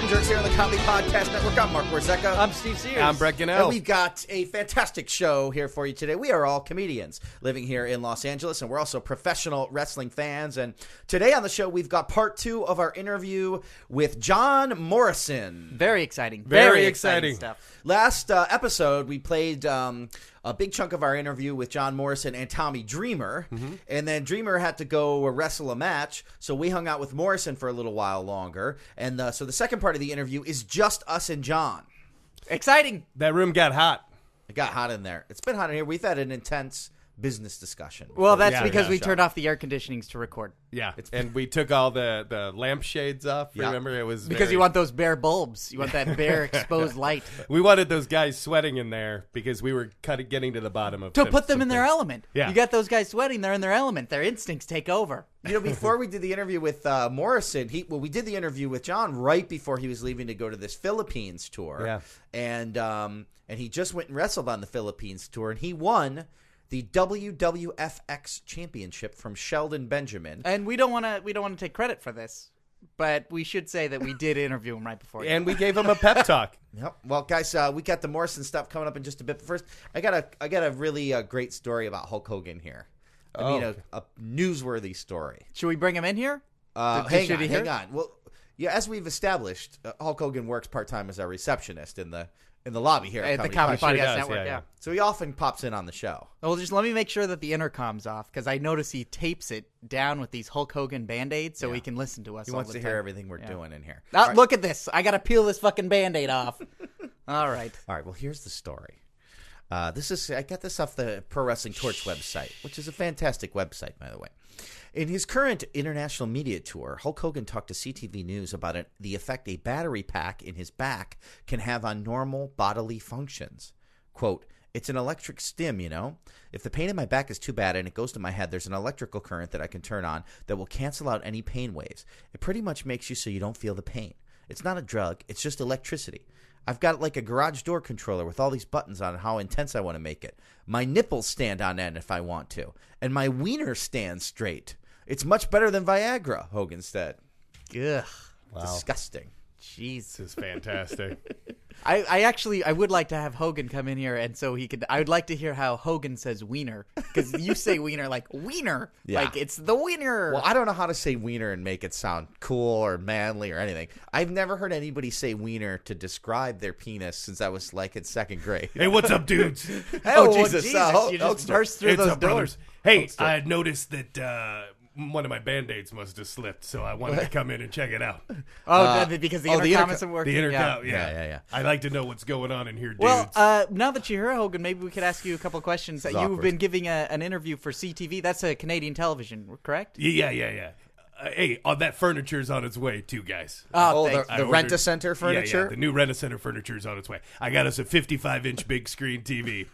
Copy Podcast Network. I'm Mark Warzeka. I'm Steve Sears. I'm Brett And Ginnell. we've got a fantastic show here for you today. We are all comedians living here in Los Angeles, and we're also professional wrestling fans. And today on the show, we've got part two of our interview with John Morrison. Very exciting. Very exciting. stuff. Last uh, episode, we played um, a big chunk of our interview with John Morrison and Tommy Dreamer, Mm-hmm. and then Dreamer had to go wrestle a match, so we hung out with Morrison for a little while longer. And uh, so the second part of the interview is just us and John. Exciting. That room got hot. It got hot in there. It's been hot in here. We've had an intense business discussion. Well, that's Yeah, because yeah, we sure. turned off the air conditionings to record Yeah, and we took all the the lamp shades off. Yeah. Remember, it was because very- you want those bare bulbs. You want that bare exposed light we wanted those guys sweating in there because we were kind of getting to the bottom of to some- put them some in their things. element. Yeah. You got those guys sweating. They're in their element. Their instincts take over. you know, before we did the interview with uh, Morrison, he well, we did the interview with John right before he was leaving to go to this Philippines tour. Yeah. and um, and he just went and wrestled on the Philippines tour, and he won the WWFX Championship from Sheldon Benjamin. And we don't want to. We don't want to take credit for this, but we should say that we did interview him right before. and we gave them a pep talk. Yep. Well, guys, uh, we got the Morrison stuff coming up in just a bit. But first, I got a I got a really uh, great story about Hulk Hogan here. I mean, a, a newsworthy story. Should we bring him in here? Uh, Did- hang should on, he hang hear? on. Well, yeah, as we've established, uh, Hulk Hogan works part time as our receptionist in the in the lobby here. At the Comedy Comedy Pod. Podcast Sure does, Network. yeah, yeah. yeah. So he often pops in on the show. Well, just let me make sure that the intercom's off because I notice he tapes it down with these Hulk Hogan band aids so he can listen to us. He all wants the to hear time. everything we're doing in here. Ah, Look at this. I got to peel this fucking band aid off. all right. All right. Well, here's the story. Uh, this is I got this off the Pro Wrestling Torch website, which is a fantastic website, by the way. In his current international media tour, Hulk Hogan talked to CTV News about it, the effect a battery pack in his back can have on normal bodily functions. Quote, it's an electric stim, you know? If the pain in my back is too bad and it goes to my head, there's an electrical current that I can turn on that will cancel out any pain waves. It pretty much makes you so you don't feel the pain. It's not a drug, it's just electricity. I've got like a garage door controller with all these buttons on how intense I want to make it. My nipples stand on end if I want to, and my wiener stands straight. It's much better than Viagra, Hogan said. Ugh. Disgusting. Jeez. This is fantastic. I, I actually I would like to have Hogan come in here and so he could I would like to hear how Hogan says wiener because you say wiener like wiener Yeah. like it's the wiener. Well, I don't know how to say wiener and make it sound cool or manly or anything. I've never heard anybody say wiener to describe their penis since I was like in second grade. hey, what's up, dudes? oh, well, Jesus, Jesus, uh, Hulk- you just Hulkster. burst through it's those up, doors. brothers. Hey, I noticed that uh, one of my band aids must have slipped, so I wanted to come in and check it out. Oh, no, because the oh, the intercom interco- isn't working. The yeah. intercom, yeah. Yeah, yeah, yeah. I like to know what's going on in here, dudes. Well, uh, now that you hear Hogan, maybe we could ask you a couple of questions. That is you've awkward. been giving a, an interview for CTV. That's a Canadian television, correct? yeah, yeah, yeah, yeah. Uh, hey, all that furniture's on its way too, guys. oh, thanks. the, the ordered- rent-a-center Yeah, yeah, furniture. the new rent a center furniture is on its way. I got us a 55 inch big screen TV.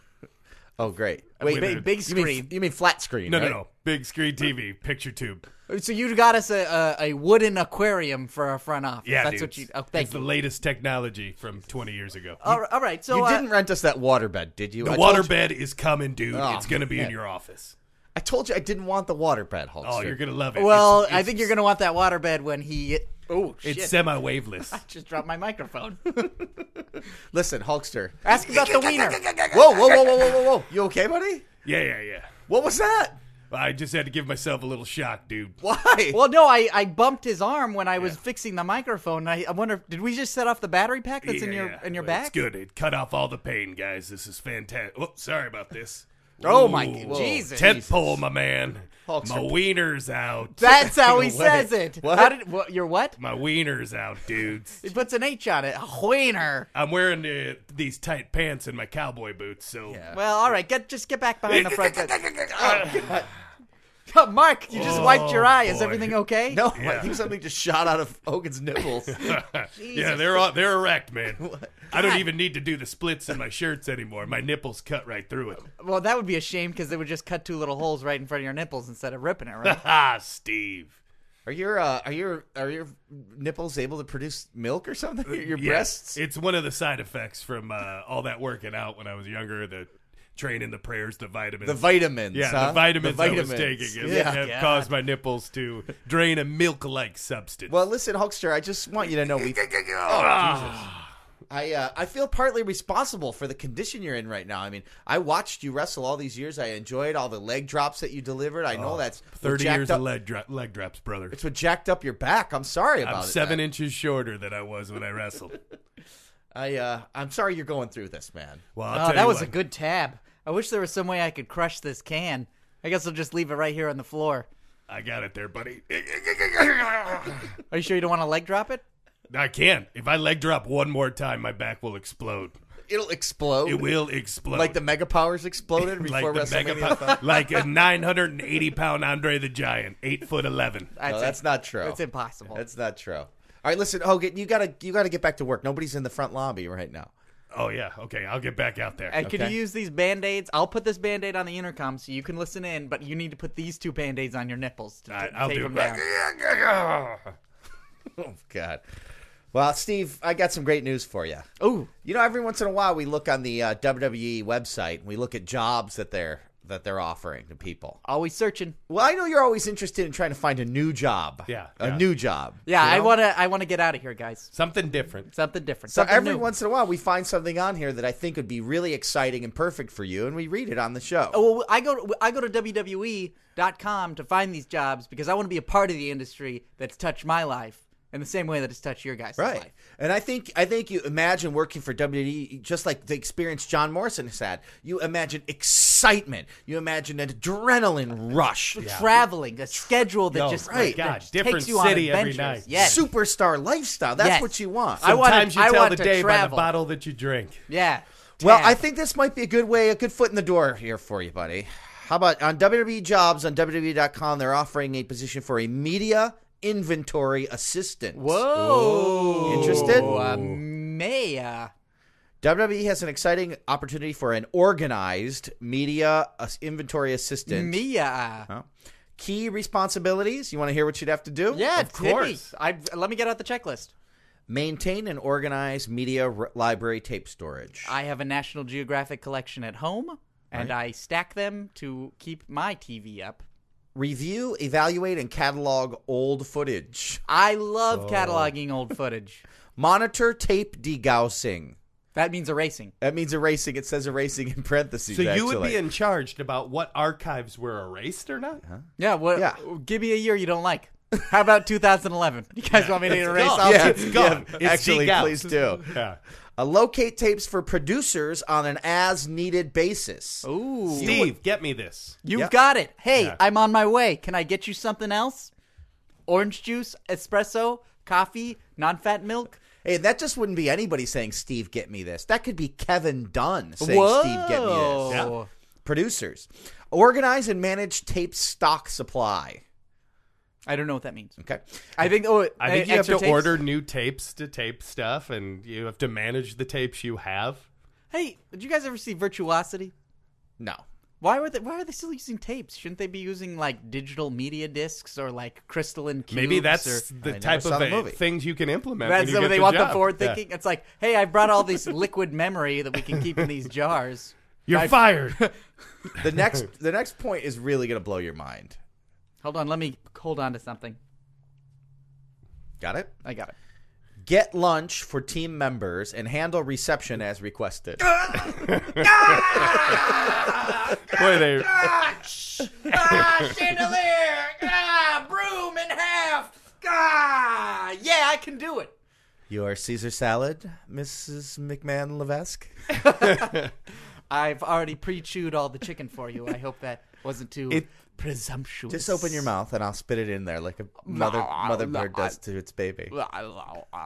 Oh, great. Wait, With a- Big, big you mean- screen. You mean flat screen? No, right? no, no. Big screen TV, picture tube. So you got us a, a, a wooden aquarium for our front office. Yeah, that's dudes. what you. Oh, thank it's you. the latest technology from 20 years ago. all, right, all right, so You uh, didn't rent us that waterbed, did you? the I told you- waterbed is coming, dude. Oh, it's going to be man. in your office. I told you I didn't want the waterbed, Hulk. Oh, you're going to love it. well, It's- I it's- think you're gonna want that waterbed when he. Oh shit! It's semi waveless. Just dropped my microphone. Listen, Hulkster. Ask about the wiener. Whoa, whoa, whoa, whoa, whoa, whoa, whoa. You okay, buddy? yeah, yeah, yeah. What was that? I just had to give myself a little shock, dude. Why? Well, no, I, I bumped his arm when I was fixing the microphone. I, I wonder, did we just set off the battery pack that's in Yeah, your yeah. in your Well, back? It's good. It cut off all the pain, guys. This is fantastic. Oh, sorry about this. Oh, my- Ooh. Jesus. Tent pole, my man. Hulkster. My wiener's out. That's how he Wait, says it. what? How did what, your what? My wiener's out, dudes. He puts an H on it. Wiener. I'm wearing uh, these tight pants and my cowboy boots, so Well, all right, get just get back behind the front. Oh, Mark, you just wiped your Oh, eye. Is boy. everything okay? no, I Yeah. think something just shot out of Hogan's nipples. yeah, they're all, they're erect, man. I don't even need to do the splits in my shirts anymore. My nipples cut right through it. Well, that would be a shame because they would just cut two little holes right in front of your nipples instead of ripping it. Right? ah, Steve. are your uh, are your are your nipples able to produce milk or Uh, something? Your Yes. breasts? It's one of the side effects from uh, all that working out when I was younger. The training the prayers, the vitamins. The vitamins. yeah, huh? the vitamins, I was vitamins. taking is- Yeah. have God. caused my nipples to drain a milk-like substance. Well, Ah. listen, Hulkster, I just want you to know we. Oh, I uh, I feel partly responsible for the condition you're in right now. I mean, I watched you wrestle all these years. I enjoyed all the leg drops that you delivered. I know that's what Oh, Thirty jacked years up, of leg, dro- leg drops, brother. It's what jacked up your back. I'm sorry about I'm it. seven man. inches shorter than I was when I wrestled. I uh, I'm sorry you're going through this, man. Well, I'll Oh, tell that you was what. a good tab. I wish there was some way I could crush this can. I guess I'll just leave it right here on the floor. I got it there, buddy. Are you sure you don't want to leg drop it? I can't. If I leg drop one more time, my back will explode. It'll explode. It will explode. Like the Mega Powers exploded like before the WrestleMania. mega pu- like a 980 pound Andre the Giant, eight foot eleven. no, that's not true. That's impossible. That's not true. All right, listen, Hogan, you gotta you gotta get back to work. Nobody's in the front lobby right now. Oh yeah, okay, I'll get back out there. Uh, Could you Okay. use these band aids? I'll put this band aid on the intercom so you can listen in, but you need to put these two band aids on your nipples to I, t- I'll take do them down. it. Oh God. Well, Steve, I got some great news for you. Ooh, You know, every once in a while, we look on the uh, WWE website and we look at jobs that they're that they're offering to people. always searching. Well, I know you're always interested in trying to find a new job. Yeah, a yeah. new job. Yeah, you I know? wanna, I wanna get out of here, guys. Something different. Something different. So Something every new. once in a while, we find something on here that I think would be really exciting and perfect for you, and we read it on the show. Oh, well, I go I go to WWE.com to find these jobs because I want to be a part of the industry that's touched my life in the same way that it's touched your guys' Right. life. And I think I think you imagine working for WWE just like the experience John Morrison has had. You imagine excitement. You imagine an adrenaline rush. Traveling, a schedule that Yo, just right. that God, just different takes you city on every adventures. night. Yes. Superstar lifestyle. That's Yes. what you want. I want- wanna- Sometimes I you tell want the to day by the travel. bottle that you drink. Yeah. well, Tab. I think this might be a good way, a good foot in the door here for you, buddy. How about on WWE jobs on WWE.com, they're offering a position for a media inventory assistant. Whoa. Interested? Uh, may uh, WWE E has an exciting opportunity for an organized media uh, inventory assistant. Mia. Huh? Key responsibilities. You want to hear what you'd have to do? Yeah, Of of course. course. I let me get out the checklist. Maintain and organize media r- library tape storage. I have a National Geographic collection at home, and I stack them to keep my TV up. Review, evaluate, and catalog old footage. I love cataloging old footage. Monitor tape degaussing. That means erasing. That means erasing. It says erasing in parentheses. So you would actually. be in charge about what archives were erased or not? Yeah, what? Yeah. Give me a year you don't like. How about 2011? You guys want me to erase all? Yeah, It's gone. yeah, It's actually, degassed. please do. Yeah. Uh, locate tapes for producers on an as-needed basis. Ooh, Steve, get me this. you've Yeah. got it. Hey, Yeah. I'm on my way. Can I get you something else? Orange juice, espresso, coffee, non-fat milk. Hey, that just wouldn't be anybody saying, "Steve, get me this." That could be Kevin Dunn saying, "Steve, get me Whoa. this." producers organize and manage tape stock supply I don't know what that means. okay I think. Oh, I think uh, you have extra to tapes? order new tapes to tape stuff, and you have to manage the tapes you have. Hey, did you guys ever see Virtuosity? no Why were they? Why are they still using tapes? Shouldn't they be using like digital media discs or like crystalline cubes? Maybe or, that's the never type saw of the uh, movie. things you can implement. when that's you what get they the want job. the forward thinking. It's like, hey, I brought all this liquid memory that we can keep in these jars. Yeah. You're fired. the next the next point is really gonna blow your mind Hold on, let me hold on to something. got it I got it. get lunch for team members and handle reception as requested Boy, they ah, chandelier! Ah, broom in half! Ah, yeah, I can do it. your caesar salad mrs mcmahon levesque I've already pre-chewed all the chicken for you. I hope that wasn't too It- presumptuous. just open your mouth and i'll spit it in there like a mother mother bird does to its baby Ah,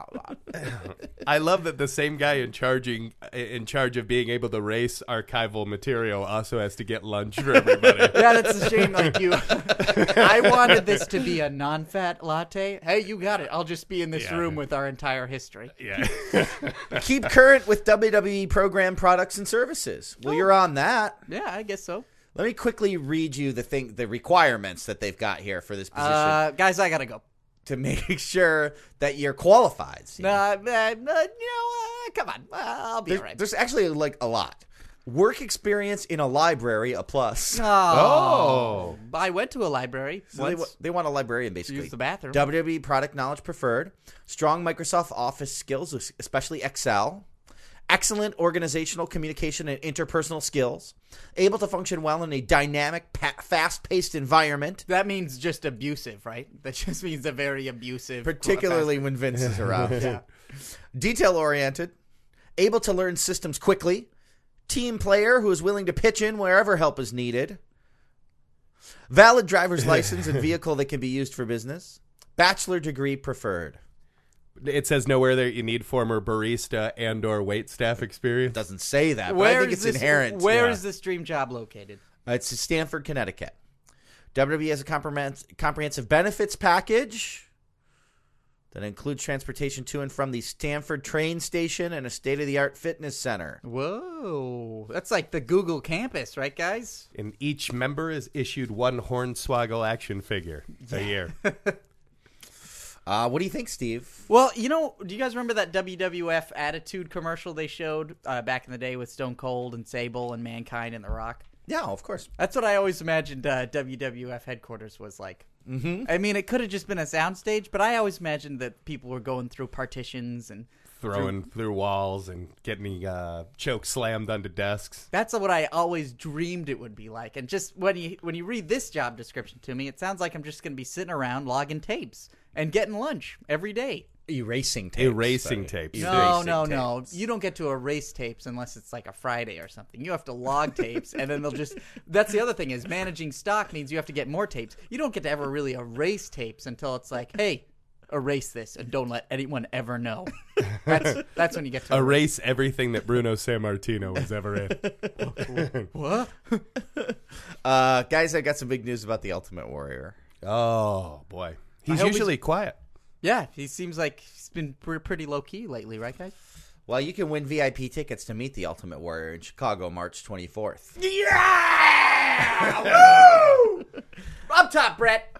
I love that the same guy in charging in charge of being able to race archival material also has to get lunch for everybody. Yeah, that's a shame. Like you, I wanted this to be a non-fat latte. Hey, you got it. I'll just be in this Yeah. room with our entire history. yeah. keep current with wwe program products and services Oh. well you're on that Yeah, I guess so. let me quickly read you the thing the requirements that they've got here for this position Uh, guys, I gotta go. to make sure that you're qualified. you Uh, know? uh, uh, you know, uh, come on, Uh, I'll be all there's, right. there's actually like a lot. Work experience in a library, a plus. Oh. I went to a library So they, wa- once. they want a librarian, basically. use the bathroom. WWE product knowledge preferred. Strong Microsoft Office skills, especially Excel. Excellent organizational communication and interpersonal skills. Able to function well in a dynamic, pa- fast paced environment, That means just abusive, right? That just means a very abusive. particularly when Vince is around. Detail oriented. Able to learn systems quickly. Team player who is willing to pitch in wherever help is needed. Valid driver's license and vehicle that can be used for business. Bachelor degree preferred. It says nowhere that you need former barista and or wait staff experience. doesn't say that, but I Where think is it's this, inherent. Where yeah. is this dream job located? Uh, It's in Stanford, Connecticut. WWE has a comprehens- comprehensive benefits package that includes transportation to and from the Stanford train station and a state of the art fitness center. Whoa, that's like the Google campus, right, guys? and each member is issued one Hornswoggle action figure a year. Uh, what do you think, Steve? Well, you know, do you guys remember that WWF Attitude commercial they showed uh, back in the day with Stone Cold and Sable and Mankind and The Rock? Yeah, of course. That's what I always imagined uh, WWF headquarters was like. Mm-hmm. I mean, it could have just been a soundstage, but I always imagined that people were going through partitions, and Throwing through walls and getting uh, choke slammed onto desks. that's what I always dreamed it would be like. And just when you when you read this job description to me, it sounds like I'm just going to be sitting around logging tapes and getting lunch every day. Erasing tapes. Erasing tapes. No, no, no. You don't get to erase tapes unless it's like a Friday or something. You have to log tapes, and then they'll just. That's the other thing is managing stock means you have to get more tapes. You don't get to ever really erase tapes until it's like, hey, erase this and don't let anyone ever know. That's that's when you get to. Erase everything that Bruno Sammartino was ever in. what? Uh, guys, I got some big news about the Ultimate Warrior. oh, boy. He's hope he's- usually quiet. Yeah, he seems like he's been pr- pretty low key lately, right, guys? Well, you can win VIP tickets to meet the Ultimate Warrior in Chicago March 24th. Up top, Brett.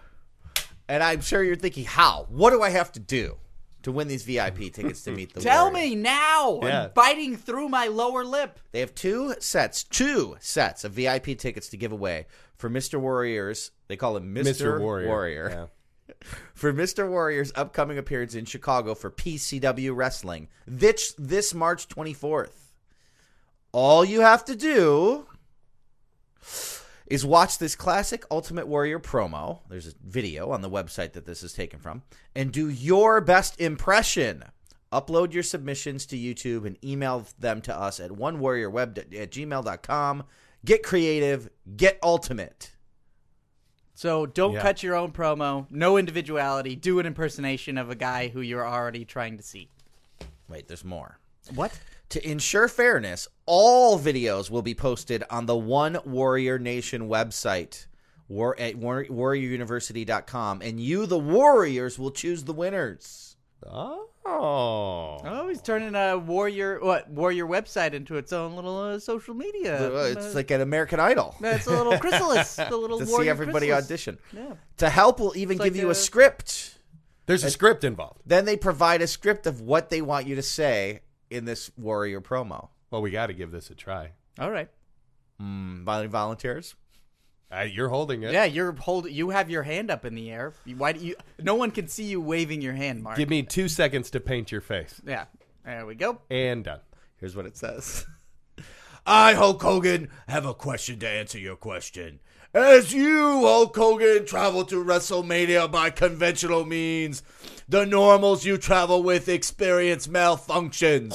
And I'm sure you're thinking, how? What do I have to do to win these VIP tickets to meet the Tell Warrior? me now. Yeah. I'm biting through my lower lip. They have two sets, two sets of VIP tickets to give away for Mr. Warriors. They call him Mr. Mr. Warrior. Yeah. For Mr. Warrior's upcoming appearance in Chicago for PCW Wrestling this, this March 24th. All you have to do is watch this classic Ultimate Warrior promo. There's a video on the website that this is taken from. And do your best impression. Upload your submissions to YouTube and email them to us at onewarriorweb at gmail.com. Get creative, get ultimate. So don't Yeah. cut your own promo. No individuality. Do an impersonation of a guy who you're already trying to see. Wait, there's more. What? To ensure fairness, all videos will be posted on the One Warrior Nation website war- at war- warrioruniversity.com, and you, the Warriors, will choose the winners. Oh. Oh, he's turning a warrior what warrior website into its own little uh, social media. Uh, It's like an American Idol it's a little chrysalis. The little to warrior see everybody chrysalis. audition. Yeah. To help, we'll even It's give like you a a- script. There's a script involved. Then they provide a script of what they want you to say in this Warrior promo. Well, we got to give this a try. All right. Mm, Vol- Volunteers? Uh, you're holding it. Yeah, you're hold. You have your hand up in the air. You- Why do you? No one can see you waving your hand, Mark. Give me two seconds to paint your face. yeah. There we go. And done. Here's what it says. I, Hulk Hogan, have a question to answer your question. As you, Hulk Hogan, travel to WrestleMania by conventional means, the normals you travel with experience malfunctions.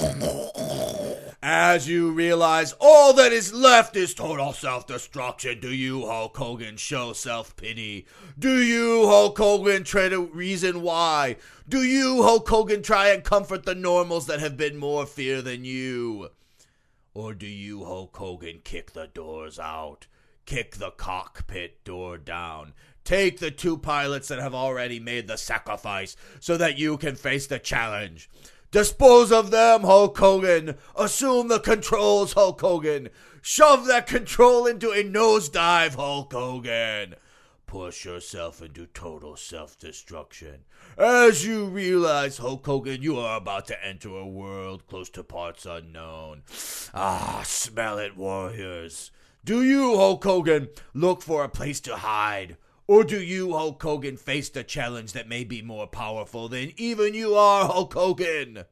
As you realize all that is left is total self destruction, do you, Hulk Hogan, show self pity? Do you, Hulk Hogan, try to reason why? Do you, Hulk Hogan, try and comfort the normals that have been more fear than you? Or do you, Hulk Hogan, kick the doors out? Kick the cockpit door down? Take the two pilots that have already made the sacrifice so that you can face the challenge. Dispose of them, Hulk Hogan. Assume the controls, Hulk Hogan. Shove that control into a nosedive, Hulk Hogan. push yourself into total self destruction. As you realize, Hulk Hogan, you are about to enter a world close to parts unknown. Ah, smell it, warriors. Do you, Hulk Hogan, look for a place to hide? Or do you, Hulk Hogan, face the challenge that may be more powerful than even you are, Hulk Hogan?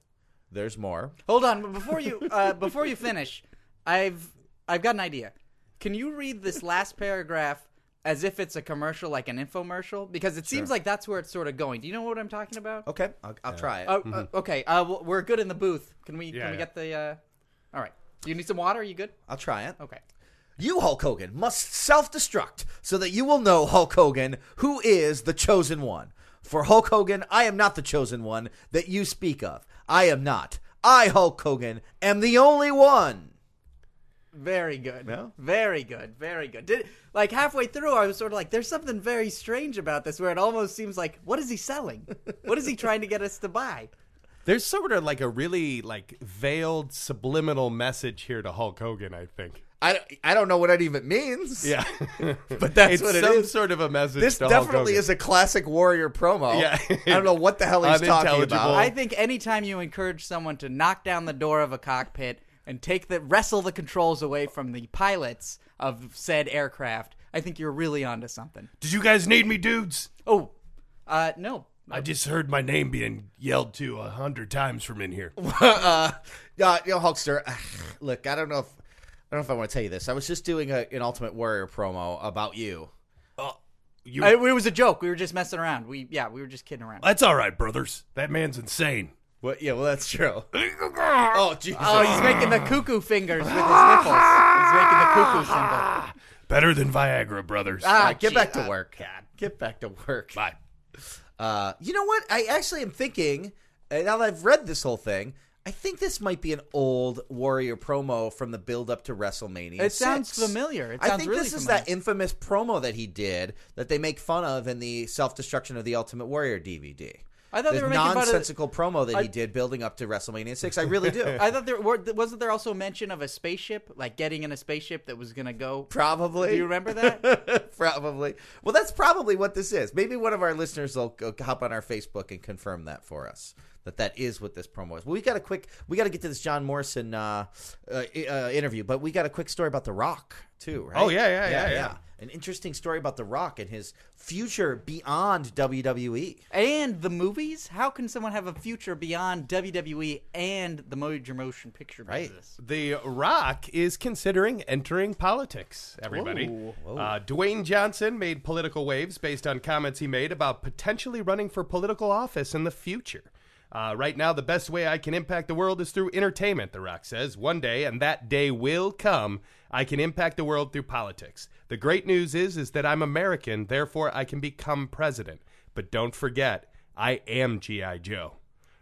There's more. Hold on, but before you uh, before you finish, I've I've got an idea. Can you read this last paragraph as if it's a commercial, like an infomercial? Because it seems like that's where it's sort of going. Do you know what I'm talking about? Okay, Mm-hmm. I'll, I'll try it. Uh, uh, okay, uh, w- we're good in the booth. Can we? Yeah, can we yeah. get the? Uh... All right. Do you need some water? Are you good? I'll try it. Okay. You, Hulk Hogan, must self destruct so that you will know, Hulk Hogan, who is the chosen one. For Hulk Hogan, I am not the chosen one that you speak of. I am not. I, Hulk Hogan, am the only one. Very good. No? Very good. Very good. Did like halfway through, I was sort of like, "There's something very strange about this," where it almost seems like, "What is he selling? what is he trying to get us to buy?" There's sort of like a really like veiled subliminal message here to Hulk Hogan, I think. I, I don't know what that even means. Yeah. But that's it's what it some is. sort of a message This to Hulk definitely Hogan. is a classic warrior promo. Yeah. I don't know what the hell he's talking Unintelligible. about. I think anytime you encourage someone to knock down the door of a cockpit and take the wrestle the controls away from the pilots of said aircraft, I think you're really onto something. Did you guys need me, dudes? Oh, uh, no. I just heard my name being yelled to a hundred times from in here. uh, uh, you know, Hulkster, look, I don't know if I don't know if I want to tell you this. I was just doing a, an Ultimate Warrior promo about you. You, I, it was a joke. We were just messing around. We yeah, we were just kidding around. that's all right, brothers. That man's insane. Well, yeah, well, that's true. oh, Jesus. Oh, he's making the cuckoo fingers with his nipples. He's making the cuckoo symbol. Better than Viagra, brothers. ah, Oh, get gee, back to uh, work. God. Get back to work. Bye. Uh, you know what? I actually am thinking, uh, now that I've read this whole thing, I think this might be an old Warrior promo from the build up to WrestleMania. It sounds 6. familiar. It I sounds think really this is familiar. that infamous promo that he did that they make fun of in the Self Destruction of the Ultimate Warrior DVD. I thought the they were making fun of- nonsensical promo that he did building up to WrestleMania 6. I really do. I thought there were, wasn't there also a mention of a spaceship, like getting in a spaceship that was gonna go. Probably. Do you remember that? probably. Well, that's probably what this is. Maybe one of our listeners will go hop on our Facebook and confirm that for us. That that is what this promo is. Well, we got a quick. We got to get to this John Morrison uh, uh, i- uh, interview, but we got a quick story about The Rock too, right? Oh, yeah, yeah, yeah, yeah. An interesting story about The Rock and his future beyond E. WWE. and the movies? How can someone have a future beyond WWE and the major motion picture Right. business? The Rock is considering entering politics, everybody. Whoa. Uh, Dwayne Johnson made political waves based on comments he made about potentially running for political office in the future. Uh, right now, the best way I can impact the world is through entertainment, The Rock says. One day, and that day will come, I can impact the world through politics. The great news is, is that I'm American, therefore I can become president. But don't forget, I am G.I. Joe.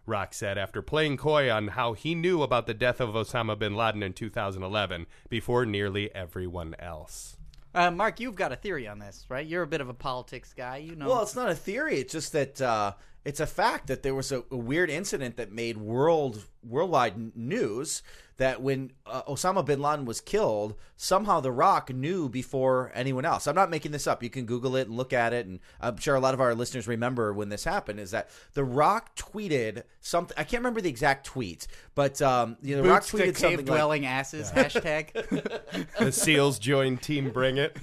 Rock said after playing coy on how he knew about the death of Osama bin Laden in 2011 before nearly everyone else. Uh, Mark, you've got a theory on this, right? You're a bit of a politics guy, you know. Well, it's not a theory. It's just that uh, it's a fact that there was a, a weird incident that made world worldwide n- news. That when uh, Osama bin Laden was killed, somehow The Rock knew before anyone else. I'm not making this up. You can Google it and look at it, and I'm sure a lot of our listeners remember when this happened. Is that The Rock tweeted something? I can't remember the exact tweet, but um, you know, The Rock Boots to tweeted something cave like, dwelling asses hashtag. The SEALs joined Team Bring It.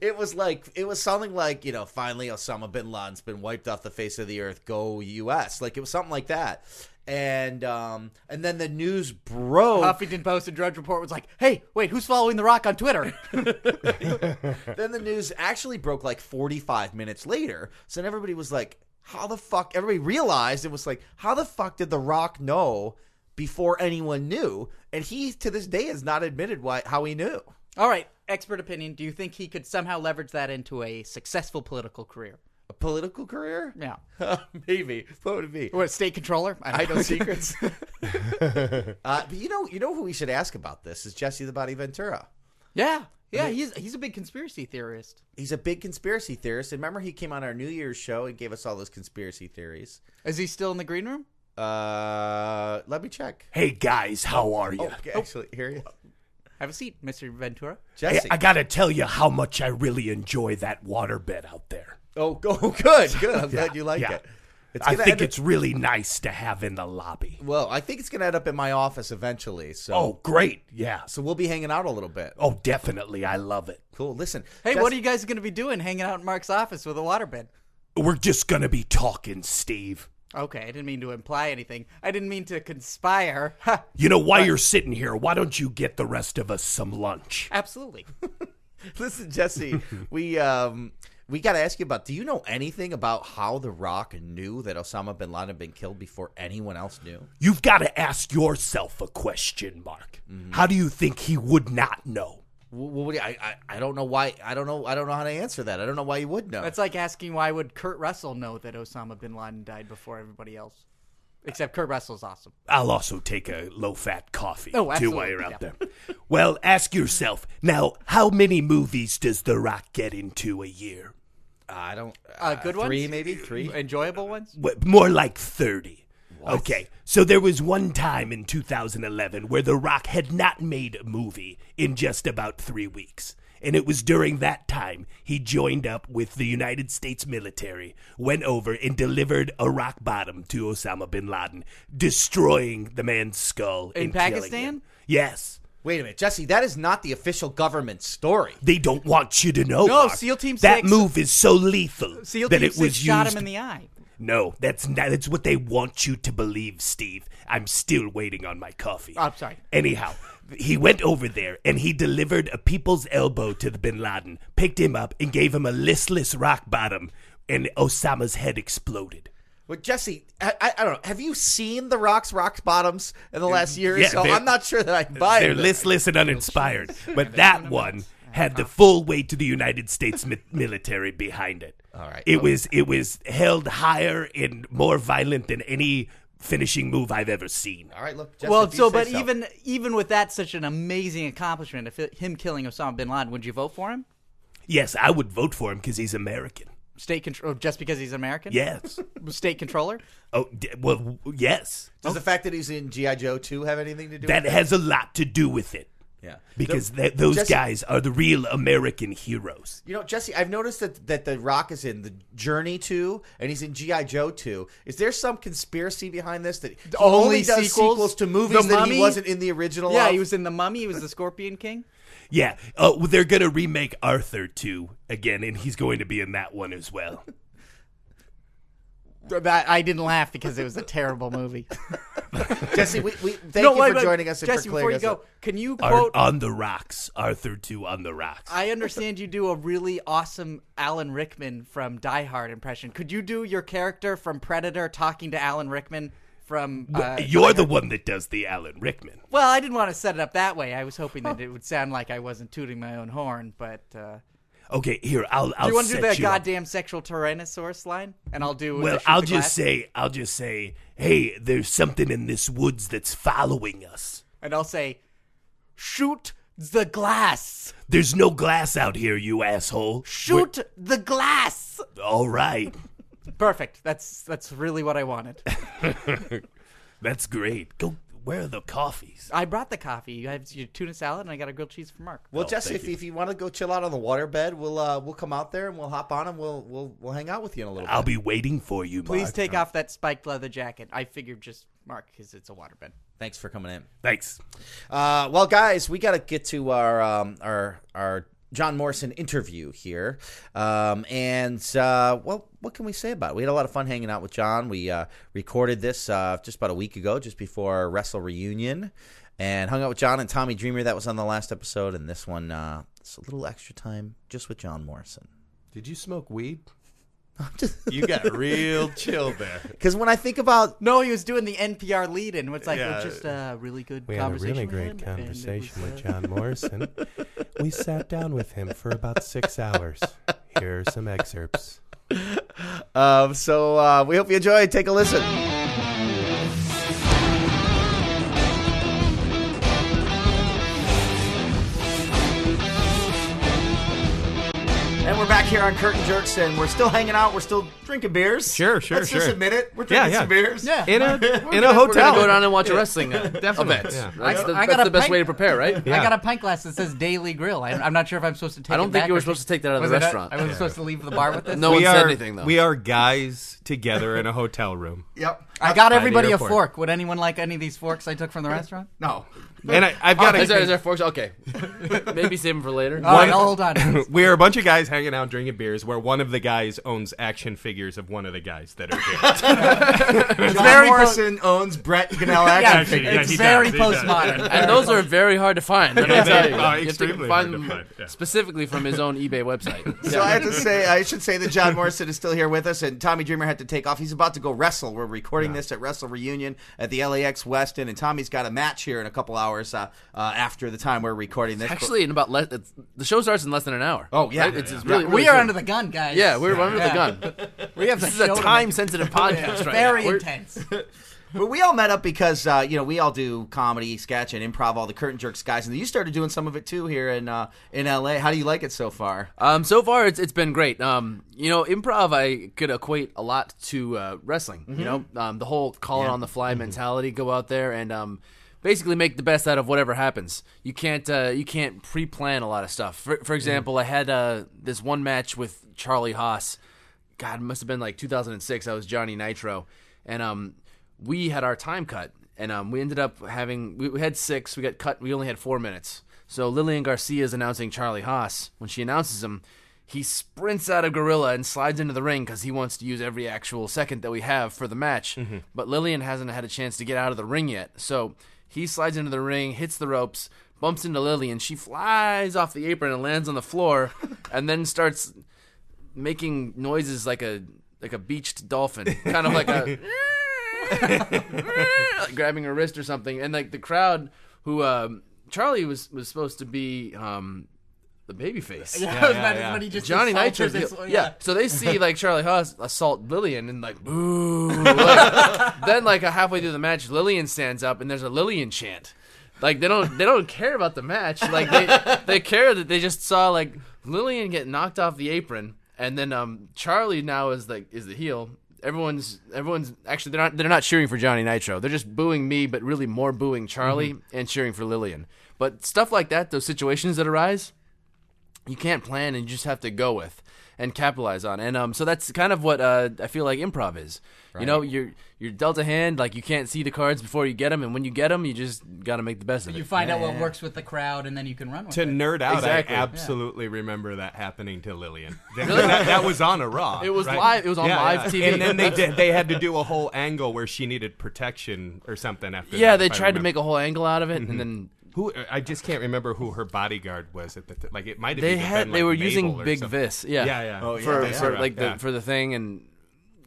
it was like it was something like you know finally osama bin laden's been wiped off the face of the earth go us like it was something like that and um and then the news broke Huffington Post and Drudge Report was like, "Hey, wait, who's following The Rock on Twitter?" then the news actually broke like 45 minutes later so then everybody was like how the fuck everybody realized it was like how the fuck did the rock know before anyone knew and he to this day has not admitted why how he knew All right, expert opinion. Do you think he could somehow leverage that into a successful political career? a political career Yeah. maybe what would it be What, state controller? I know secrets. uh, but you know, you know who we should ask about this is Jesse the Body Ventura. yeah. Yeah, he's he's a big conspiracy theorist. He's a big conspiracy theorist. And remember, he came on our New Year's show and gave us all those conspiracy theories. Is he still in the green room? Uh, let me check. Hey guys, how are you? Oh, Okay, actually, here he is. Have a seat, Mr. Ventura. I, Jesse. I gotta tell you how much I really enjoy that waterbed out there. oh, go, good, good. I'm glad you like yeah. it. It's I gonna think end up- it's really nice to have in the lobby. well. I think it's gonna end up in my office eventually. So, Oh, great. Yeah. so we'll be hanging out a little bit. Oh, definitely. I love it. Cool. Listen. Hey, what Jesse- are you guys going to be doing hanging out in Mark's office with a waterbed? We're just gonna be talking, Steve. Okay, I didn't mean to imply anything. I didn't mean to conspire. Ha, You know, while you're sitting here, why don't you get the rest of us some lunch? Absolutely. Listen, Jesse, we um we got to ask you about. Do you know anything about how The Rock knew that Osama bin Laden had been killed before anyone else knew? You've got to ask yourself a question, Mark. How do you think he would not know? Well, what do you, I, I I don't know why. I don't know. I don't know how to answer that. I don't know why you would know. That's like asking why would Kurt Russell know that Osama bin Laden died before everybody else? Except Kurt Russell's awesome. I'll also take a low fat coffee Oh, too while absolutely, you're out yeah. there. Well, ask yourself now how many movies does The Rock get into a year? I don't. Uh, good one. ones? Three maybe three. Enjoyable ones? Wh- More like 30. Okay, so there was one time in 2011 where The Rock had not made a movie in just about three weeks. And it was during that time he joined up with the United States military, went over and delivered a rock bottom to Osama bin Laden, destroying the man's skull In and killing him. Pakistan? Yes. Wait a minute, Jesse. That is not the official government story. They don't want you to know. No, Mark. SEAL Team That Six- move is so lethal Seal that Team it Six was shot used him in the eye. No, that's not, that's what they want you to believe, Steve. I'm still waiting on my coffee. Oh, I'm sorry. Anyhow, he went over there and he delivered a people's elbow to the Bin Laden, picked him up, and gave him a listless rock bottom, and Osama's head exploded. Well, Jesse, I, I, I don't know. Have you seen The Rock's rock bottoms in the last year or yeah, so? they're- I'm not sure that I buy They're it. listless and uninspired, but that one had the full weight of the United States mi- military behind it. All right. It was it was held higher and more violent than any finishing move I've ever seen. All right, look. Jesse, well, if you so say but even even with that, such an amazing accomplishment, if it, him killing Osama bin Laden, would you vote for him? Yes, I would vote for him because he's American. State control, just because he's American? Yes. State controller? oh, d- well, w- yes. does the fact that he's in GI Joe 2 have anything to do That with has a lot to do with it it? Yeah, because th- those Jesse- guys are the real American heroes. You know, Jesse, I've noticed that that The Rock is in The Journey 2 and he's in GI Joe 2. Is there some conspiracy behind this that he only, only does sequels? sequels, to movies The that Mummy? he wasn't in the original? Yeah, of? he was in The Mummy. He was the Scorpion King. Yeah. Oh, well, they're going to remake Arthur too again, and he's going to be in that one as well. That I didn't laugh because it was a terrible movie. Jesse. We, we thank No, you wait, for wait. joining us. and for Jesse, before clearing you us go, up. can you Ar- quote? on the rocks, Arthur too on the rocks. I understand you do a really awesome Alan Rickman from Die Hard impression. Could you do your character from Predator talking to Alan Rickman from? Uh, You're the one that does the Alan Rickman. well, I didn't want to set it up that way. I was hoping Oh. that it would sound like I wasn't tooting my own horn. But uh, Okay, here I'll. I'll do you want to do set that you up. goddamn sexual tyrannosaurus line? And I'll do. Well, shoot I'll the just glass, say, I'll just say, hey, there's something in this woods that's following us. and I'll say, shoot the glass, There's no glass out here, you asshole. shoot the glass. We're- all right, Perfect. That's that's really what I wanted. that's great. Go. Where are the coffees? I brought the coffee. You have your tuna salad, and I got a grilled cheese for Mark. well, Jesse, if you. if you want to go chill out on the waterbed, we'll uh, we'll come out there and we'll hop on and we'll we'll we'll hang out with you in a little I'll bit. be waiting for you, Mark. Please take off that spiked leather jacket. I figured just Mark because it's a waterbed. Thanks for coming in. Thanks. Uh, well, guys, we got to get to our um, our our John Morrison interview here, um, and uh, well, what can we say about it? We had a lot of fun hanging out with John. We uh, recorded this uh, just about a week ago, just before our Wrestle reunion, and hung out with John and Tommy Dreamer. That was on the last episode, and this one, uh, it's a little extra time just with John Morrison. Did you smoke weed? you got real chill there. Because when I think about No, he was doing the NPR lead in. It's like Yeah. oh, just a really good We had a conversation. really with him, great and it was, conversation uh, with John Morrison. we sat down with him for about six hours. Here are some excerpts. Um, so uh, we hope you enjoy. Take a listen. And we're back here on Curtain Jerks, and we're still hanging out. We're still drinking beers. Sure, sure, Let's sure. just admit it. We're Yeah, drinking yeah. some beers. Yeah. in a in a gonna- we're hotel. gonna go down and watch a wrestling uh, Definitely, event. yeah. That's, the, I got that's a the best pint- way to prepare, right? Yeah. I got a pint glass that says Daily Grill. I, I'm not sure if I'm supposed to take. I don't it think back you were or supposed take- to take that out of the Was it- restaurant. I wasn't supposed to leave the bar with this. No one we said are anything though. we are guys together in a hotel room, Yep. I got the everybody a airport. fork. Would anyone like any of these forks I took from the restaurant? No. and I, I've got Oh, is, there, a. is there forks? Okay, maybe save them for later. All right, I'll hold on. We are a bunch of guys hanging out drinking beers, where one of the guys owns action figures of one of the guys that are here. John very po- Morrison owns Brett Gannell action Actually, figures. yeah, It's he very does, he does. postmodern. and those are very hard to find. Let me Yeah, tell they you. are You have to extremely find hard to them find, yeah. specifically from his own eBay website. So I have to say, I should say that John Morrison is still here with us, and Tommy Dreamer had to take off. He's about to go wrestle. We're recording this at Wrestle Reunion at the LAX Westin, and Tommy's got a match here in a couple hours uh, uh, after the time we're recording this. Actually, in about less, it's, the show starts in less than an hour. Oh, yeah. Right? it's, it's Yeah. really, We really are soon. under the gun, guys. Yeah, we're under Yeah. the gun. We have This is the show a to time make. sensitive podcast, right? Very now. We're- intense. But we all met up because uh, you know we all do comedy, sketch, and improv. All the curtain jerks guys, and you started doing some of it too here in uh, in LA. How do you like it so far? Um, so far, it's it's been great. Um, you know, improv I could equate a lot to uh, wrestling. You know, um, the whole call it on the fly mentality. Go out there and um, basically make the best out of whatever happens. You can't uh, you can't pre plan a lot of stuff. For, for example, I had uh, this one match with Charlie Haas. God, it must have been like 2006. I was Johnny Nitro, and um, we had our time cut, and um, we ended up having we, we had six. We got cut. We only had four minutes. So Lillian Garcia is announcing Charlie Haas. When she announces him, he sprints out of Gorilla and slides into the ring because he wants to use every actual second that we have for the match. But Lillian hasn't had a chance to get out of the ring yet. So he slides into the ring, hits the ropes, bumps into Lillian. She flies off the apron and lands on the floor, and then starts making noises like a like a beached dolphin, kind of like a like grabbing her wrist or something, and like the crowd who um, Charlie was was supposed to be um, the baby face. I was about to- yeah. when he just Johnny assaulted Nitro, this- yeah. So they see like Charlie Haas assault Lillian and like boo. Like, then like halfway through the match, Lillian stands up and there's a Lillian chant. Like they don't they don't care about the match. Like they they care that they just saw like Lillian get knocked off the apron and then um Charlie now is like is the heel. Everyone's everyone's actually they're not they're not cheering for Johnny Nitro. They're just booing me, but really more booing Charlie and cheering for Lillian. But stuff like that, those situations that arise, you can't plan and you just have to go with and capitalize on and um so that's kind of what uh, I feel like improv is you know you're you're dealt a hand like you can't see the cards before you get them and when you get them you just got to make the best of You it find out what works with the crowd, and then you can run with to it. nerd out, Exactly. I absolutely remember that happening to Lillian. That, that- that was on a Raw. It was right? live- it was on live TV. And then they did, they had to do a whole angle where she needed protection or something after. yeah that, they if I tried to remember. make a whole angle out of it Mm-hmm. and then Who I just can't remember who her bodyguard was at the th- like it might have they even had been, they like, were Mabel using or Big something. Vis yeah Yeah, yeah. Oh, yeah, for, that's for right, like the yeah. for the thing and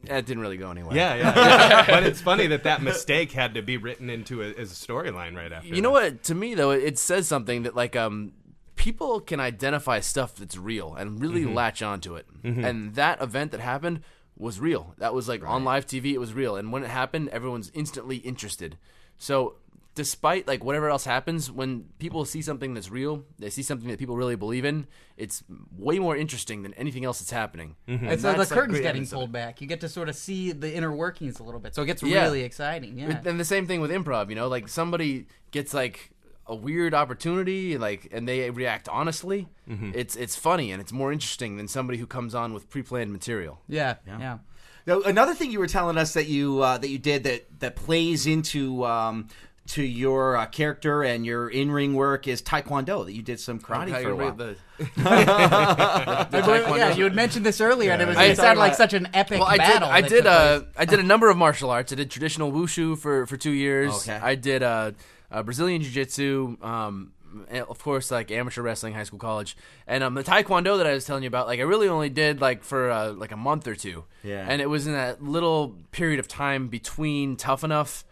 that didn't really go anywhere Yeah, yeah. yeah. but it's funny that that mistake had to be written into a, as a storyline right after. you know what to me though it, it says something that like um people can identify stuff that's real and really latch onto it and that event that happened was real that was like on live tv it was real and when it happened everyone's instantly interested so despite like whatever else happens when people see something that's real they see something that people really believe in it's way more interesting than anything else that's happening And so the that's, like, curtain's great getting episode. pulled back. You get to sort of see the inner workings a little bit. So it gets Yeah. really exciting. Yeah. And the same thing with improv, you know, like somebody gets like a weird opportunity, like, and they react honestly. Mm-hmm. It's it's funny and it's more interesting than somebody who comes on with pre-planned material. yeah. Yeah. Now, another thing you were telling us that you uh, that you did that that plays into um, to your uh, character and your in ring work is Taekwondo. That you did some karate How for you a while. read the- Well, yeah, you had mentioned this earlier, and it was Yeah. it sounded like I- such an epic well, I did. battle. I that did. took Uh, place. I did a number of martial arts. I did traditional wushu for for two years. Okay. I did uh, uh, Brazilian jiu-jitsu. Um, and of course, like amateur wrestling, high school, college, and um, the taekwondo that I was telling you about. Like, I really only did like for uh, like a month or two. Yeah. And it was in that little period of time between Tough Enough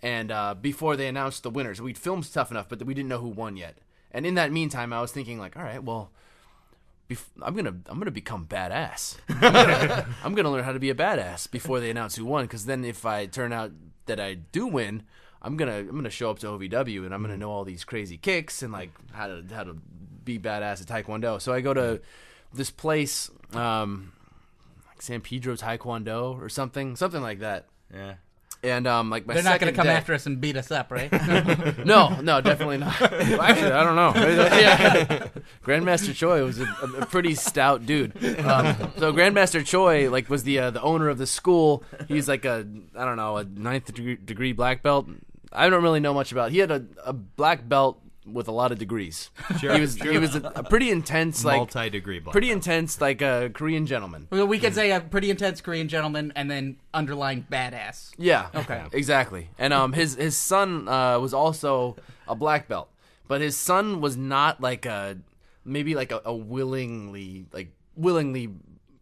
and uh, before they announced the winners. We'd filmed Tough Enough, but we didn't know who won yet. And in that meantime, I was thinking like, all right, well. Bef- I'm gonna I'm gonna become badass. I'm gonna learn how to be a badass before they announce who won. Because then, if I turn out that I do win, I'm gonna I'm gonna show up to OVW and I'm Mm-hmm. gonna know all these crazy kicks and like how to how to be badass at Taekwondo. So I go to this place, um, like San Pedro Taekwondo or something, something like that. Yeah. And um, like my They're not going to second come day- after us and beat us up, right? No, no, definitely not. Well, actually, I don't know. Yeah. Grandmaster Choi was a, a pretty stout dude. Um, so Grandmaster Choi, like, was the uh, the owner of the school. He's like a I don't know a ninth degree, degree black belt. I don't really know much about. He had a, a black belt with a lot of degrees. Sure, he was he was a, a pretty intense like Multi-degree black pretty belt. intense like a Korean gentleman. Well, we could say a pretty intense Korean gentleman and then underlying badass. Yeah. Okay. Exactly. And um, his his son uh, was also a black belt, but his son was not like a maybe like a, a willingly like willingly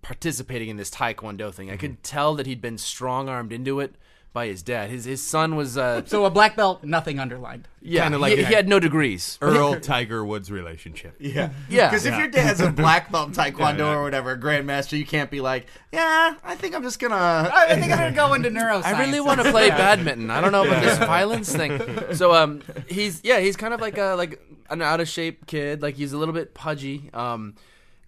participating in this taekwondo thing. I could tell that he'd been strong armed into it by his dad. His his son was uh So a black belt, nothing underlined. yeah Kinda like he, that. he had no degrees. Earl Tiger Woods relationship. Yeah. Yeah. Because if your dad's a black belt in taekwondo or whatever, grandmaster, you can't be like, yeah, I think I'm just gonna. I think I'm going to go into neuroscience. I really want to play badminton. I don't know about this violence thing. So um, he's yeah, he's kind of like a like an out of shape kid. Like he's a little bit pudgy. Um,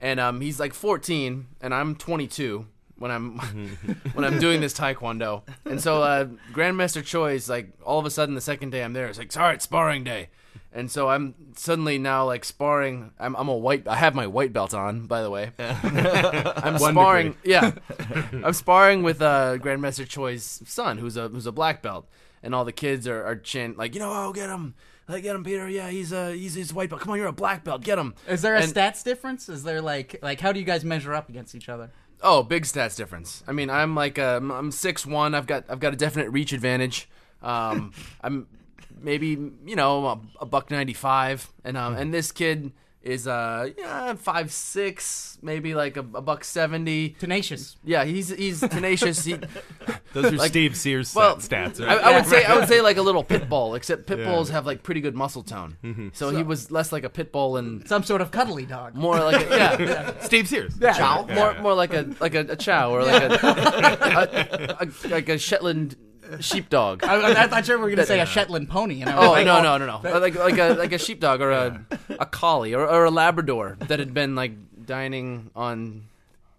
and um, he's like 14, and I'm 22 when I'm when I'm doing this taekwondo. And so uh, Grandmaster Choi's like all of a sudden the second day I'm there, it's like it's all right, sparring day. And so I'm suddenly now like sparring. I'm, I'm a white. I have my white belt on, by the way. I'm sparring. Yeah, I'm sparring with uh, Grandmaster Choi's son, who's a who's a black belt, and all the kids are are chin like, you know, oh, get him, like, get him, Peter. Yeah, he's a he's he's white belt. Come on, you're a black belt. Get him. Is there a And- stats difference? Is there like like how do you guys measure up against each other? Oh, big stats difference. I mean, I'm like uh, I'm- I'm six one. I've got I've got a definite reach advantage. Um, I'm maybe you know a, a buck ninety five, and um, and this kid is uh yeah five six, maybe like a, a buck seventy. Tenacious. Yeah, he's he's tenacious. He, Those are Steve Sears well, stat- stats. I, Right? I would say I would say like a little pit bull, except pit bulls have like pretty good muscle tone. So, he was less like a pit bull and Some sort of cuddly dog. more like a yeah. Steve Sears. Chow, more, more like a like a, a chow or like a, a, a like a Shetland sheepdog. I, I, I thought you were going to say a Shetland pony. And I was Oh like, no no no no! Like like a like a sheepdog or a a collie or, or a Labrador that had been like dining on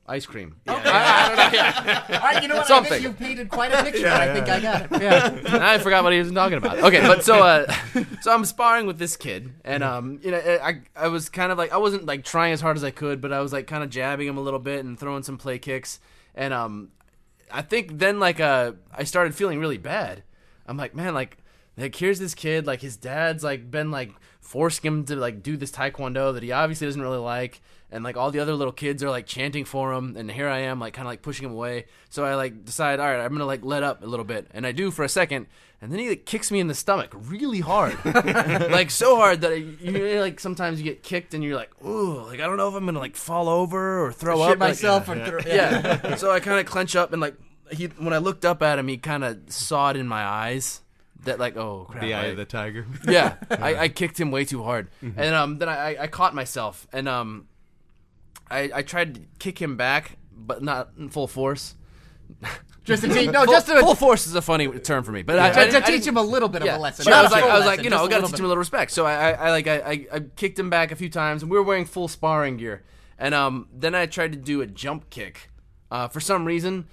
ice cream. I, I don't know. Yeah. All right, you know what? I Something. think you've painted quite a picture. I think I got it. Yeah. And I forgot what he was talking about. Okay, but so uh, so I'm sparring with this kid, and um, you know, I I was kind of like I wasn't like trying as hard as I could, but I was like kind of jabbing him a little bit and throwing some play kicks, and um, I think then like uh, I started feeling really bad. I'm like, man, like like here's this kid, like his dad's like been like forcing him to like do this taekwondo that he obviously doesn't really like. And like all the other little kids are like chanting for him, and here I am like kind of like pushing him away. So I like decide, all right, I'm gonna like let up a little bit, and I do for a second, and then he like kicks me in the stomach really hard, like so hard that I, you like sometimes you get kicked and you're like, ooh, like I don't know if I'm gonna like fall over or throw up. Shit like- myself or throw- yeah. yeah. So I kind of clench up and like he when I looked up at him, he kind of saw it in my eyes that like oh crap. The eye I- of the Mm-hmm. tiger. yeah, I, I kicked him way too hard, and um then I, I- I caught myself and um I I tried to kick him back, but not in full force. Just to teach, no, Full, just to, full force is a funny term for me, but I, I to, didn't- Oh, I to teach didn't- him a little bit of a lesson. but Not I a was like, full I was lesson, like, you just know, a I gotta little teach bit. him a little respect. So I, I, I like, I, I, I kicked him back a few times, and we were wearing full sparring gear. And um, then I tried to do a jump kick. Uh, for some reason,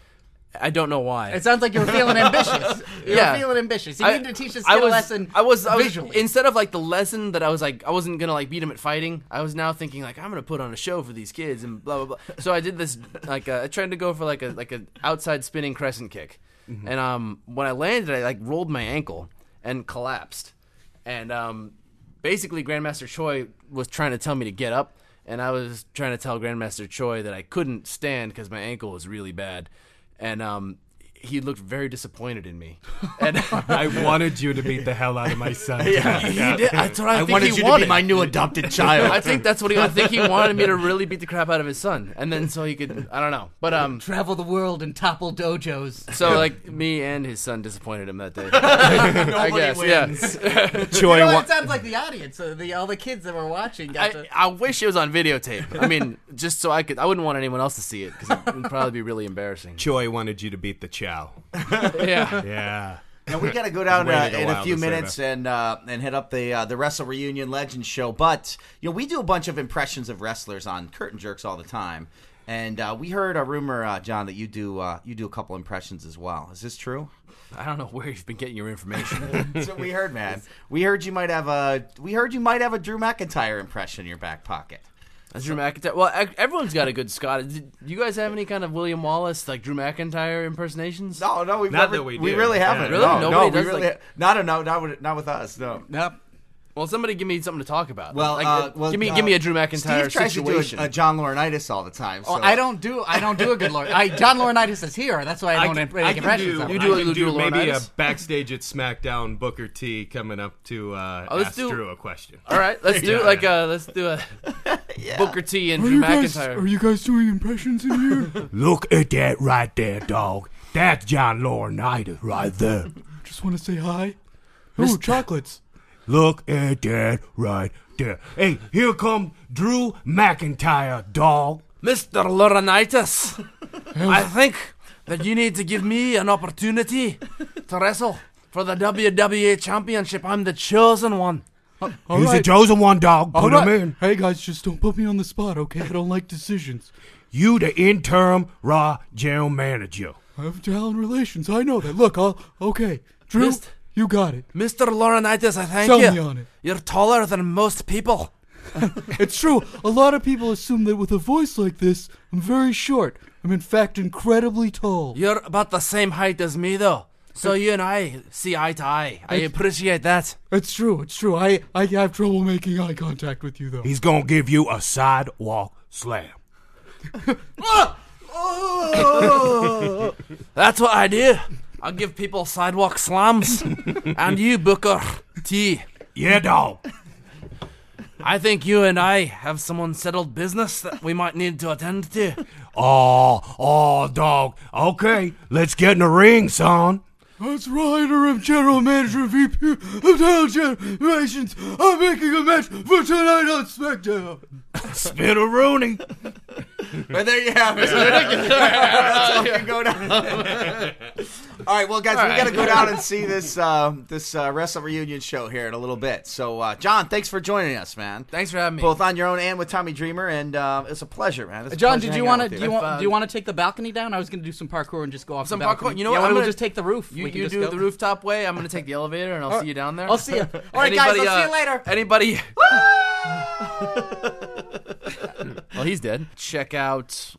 I don't know why. It sounds like you were feeling ambitious. You Yeah. were feeling ambitious. You I- need to teach this I kid a was- lesson. I was, I was visually. instead of like the lesson that I was like I wasn't gonna like beat him at fighting. I was now thinking like I'm gonna put on a show for these kids and blah blah blah. So I did this like uh, I tried to go for like a like an outside spinning crescent kick, and um when I landed I like rolled my ankle and collapsed, and um basically Grandmaster Choi was trying to tell me to get up. And I was trying to tell Grandmaster Choi that I couldn't stand because my ankle was really bad, and um, he looked very disappointed in me. And I wanted you to beat the hell out of my son. he did. That's what I, think wanted he you wanted. to be my new adopted child. I think that's what he. I think he wanted me to really beat the crap out of his son, and then so he could. I don't know, but um. travel the world and topple dojos. So like me and his son disappointed him that day. I guess. Yeah. You Choi know, wa- it sounds like the audience, uh, the, all the kids that were watching, got I, to. I wish it was on videotape. I mean, just so I could. I wouldn't want anyone else to see it because it would probably be really embarrassing. Choi wanted you to beat the Chow. Yeah. Yeah. And we got to go down uh, Waited a in a while few to say minutes and uh, and hit up the uh, the Wrestle Reunion Legends show. But you know, we do a bunch of impressions of wrestlers on Curtain Jerks all the time. And uh, we heard a rumor, uh, John, that you do uh, you do a couple impressions as well. Is this true? I don't know where you've been getting your information. That's what we heard, man. We heard you might have a we heard you might have a Drew McIntyre impression in your back pocket. That's Drew McIntyre. Well, ac- everyone's got a good Scott. Did you guys have any kind of William Wallace, like Drew McIntyre impersonations? No, no, we've Not never, that we do. really Yeah. haven't. Really? No, no, Nobody we does, really like- no, no, no, not with, not with us. No. Nope. Well, somebody give me something to talk about. Well, Like, uh, well, give me uh, give me a Drew McIntyre Steve tries to situation. do a, a John Laurinaitis all the time. So. Well, Oh, I don't do I don't do a good Lord. I, John Laurinaitis is here. That's why I don't make impressions. of him. You do I a- can you do a maybe a Laurinaitis? backstage at SmackDown Booker T coming up to uh, Oh, let's ask do- Drew a question. All right, let's do like uh, let's do a Booker T and Drew McIntyre. you guys doing impressions in here? Look at that right there, dog. That's John Laurinaitis right there. Just want to say hi. Ooh, chocolates. Look at that right there. Hey, here come Drew McIntyre, dog. Mr. Laurinaitis, I think that you need to give me an opportunity to wrestle for the WWE Championship. I'm the chosen one. All He's a right. chosen one, dog. All Put right. him in. Hey guys, just don't put me on the spot, okay? I don't like decisions. You the interim Raw general manager. I have talent relations. I know that. Look, I'll okay. Drew, Missed. you got it. Mr. Laurinaitis, I thank Sell you. me on it. You're taller than most people. It's true. A lot of people assume that with a voice like this, I'm very short. I'm in fact incredibly tall. You're about the same height as me, though. So you and I see eye to eye. I appreciate that. It's true. It's true. I I have trouble making eye contact with you though. He's gonna give you a sidewalk slam. That's what I do. I give people sidewalk slams. and you, Booker T. Yeah, dog. I think you and I have some unsettled business that we might need to attend to. Oh, oh, dog. Okay, let's get in the ring, son. That's right, I'm general manager and VP of talent generations. I'm making a match for tonight on SmackDown. Spit a Rooney. But there you have it. That's what can go down. All right, well, guys, we got to go down and see this uh, this uh, wrestle reunion show here in a little bit. So, uh, John, thanks for joining us, man. Thanks for having me. Both on your own and with Tommy Dreamer, and uh, it's a pleasure, man. It's a John, pleasure did you hanging want out to with do you If, uh, want do you want to take the balcony down? I was going to do some parkour and just go off Some the parkour. balcony. You know Yeah, what? I'm we'll gonna- just take the roof. You, We can you just do go. the rooftop way. I'm going to take the elevator, and I'll see you down there. uh, I'll see you. All right, guys. I'll see you later. Anybody? well, he's dead. Check out.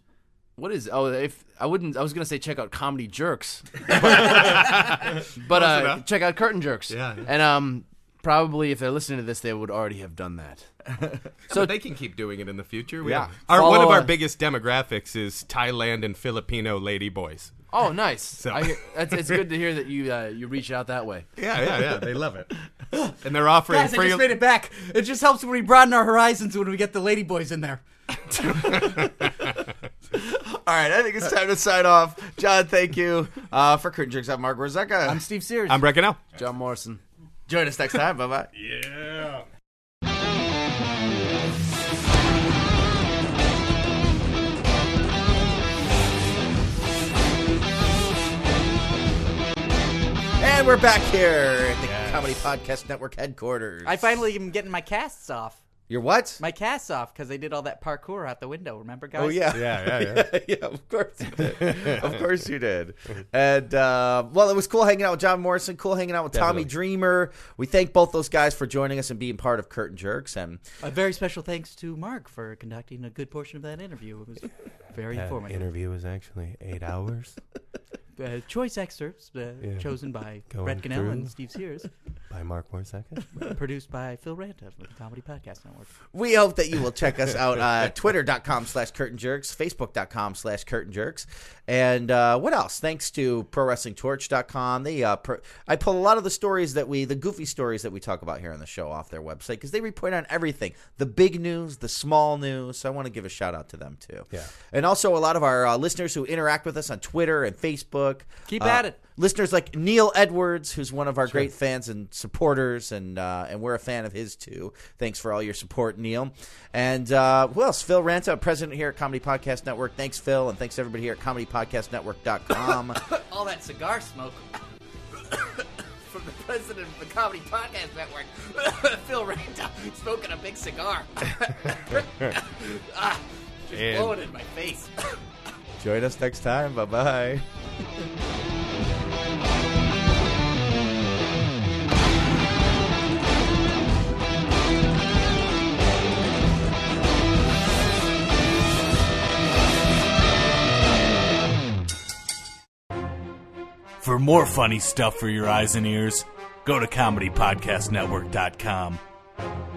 What is? Oh, if I wouldn't, I was gonna say check out comedy jerks, but uh, check out curtain jerks. Yeah, yeah. and um, probably if they're listening to this, they would already have done that. So they can keep doing it in the future. We Yeah. Our, one of Follow- our biggest demographics is Thailand and Filipino lady boys. Oh, nice. I, that's, it's good to hear that you uh, you reach out that way. Yeah, yeah, yeah. They love it. And they're offering Guys, I free. just made it back. It just helps when we broaden our horizons when we get the ladyboys in there. All right, I think it's time to sign off. John, thank you uh, for Curtain Jerks. I'm Mark Rosecca. I'm Steve Sears. I'm Brecken L. John Morrison. Join us next time. Bye bye. Yeah. And we're back here at the Comedy Podcast Network headquarters. I finally am getting my casts off. Your what? My casts off because I did all that parkour out the window. Remember, guys? Oh yeah, Yeah, yeah, yeah, yeah, Of course you did. of course you did. And uh, well, it was cool hanging out with John Morrison. Cool hanging out with Tommy Dreamer. We thank both those guys for joining us and being part of Curtain Jerks. And A very special thanks to Mark for conducting a good portion of that interview. It was very That informative. interview was actually eight hours uh, choice excerpts uh, Yeah. chosen by Going Brett Cannell through. and Steve Sears, by Mark Morsecca. produced by Phil Ranta from the Comedy Podcast Network. we hope that you will check us out uh, twitter.com slash curtain jerks facebook.com slash curtain jerks and uh, what else thanks to pro wrestling torch.com they uh, pro- i pull a lot of the stories that we the goofy stories that we talk about here on the show off their website because they report on everything the big news the small news so i want to give a shout out to them too yeah and also a lot of our uh, listeners who interact with us on twitter and facebook Keep Uh, at it. listeners like Neil Edwards, who's one of our great fans and supporters, and uh, and we're a fan of his too. Thanks for all your support, Neil. And uh, who else? Phil Ranta, president here at Comedy Podcast Network. Thanks, Phil, and thanks everybody here at ComedyPodcastNetwork.com. All that cigar smoke. president of the Comedy Podcast Network, Phil Ranta, smoking a big cigar. ah, just And- blowing in my face. Join us next time. Bye bye. For more funny stuff for your eyes and ears, go to ComedyPodcastNetwork.com.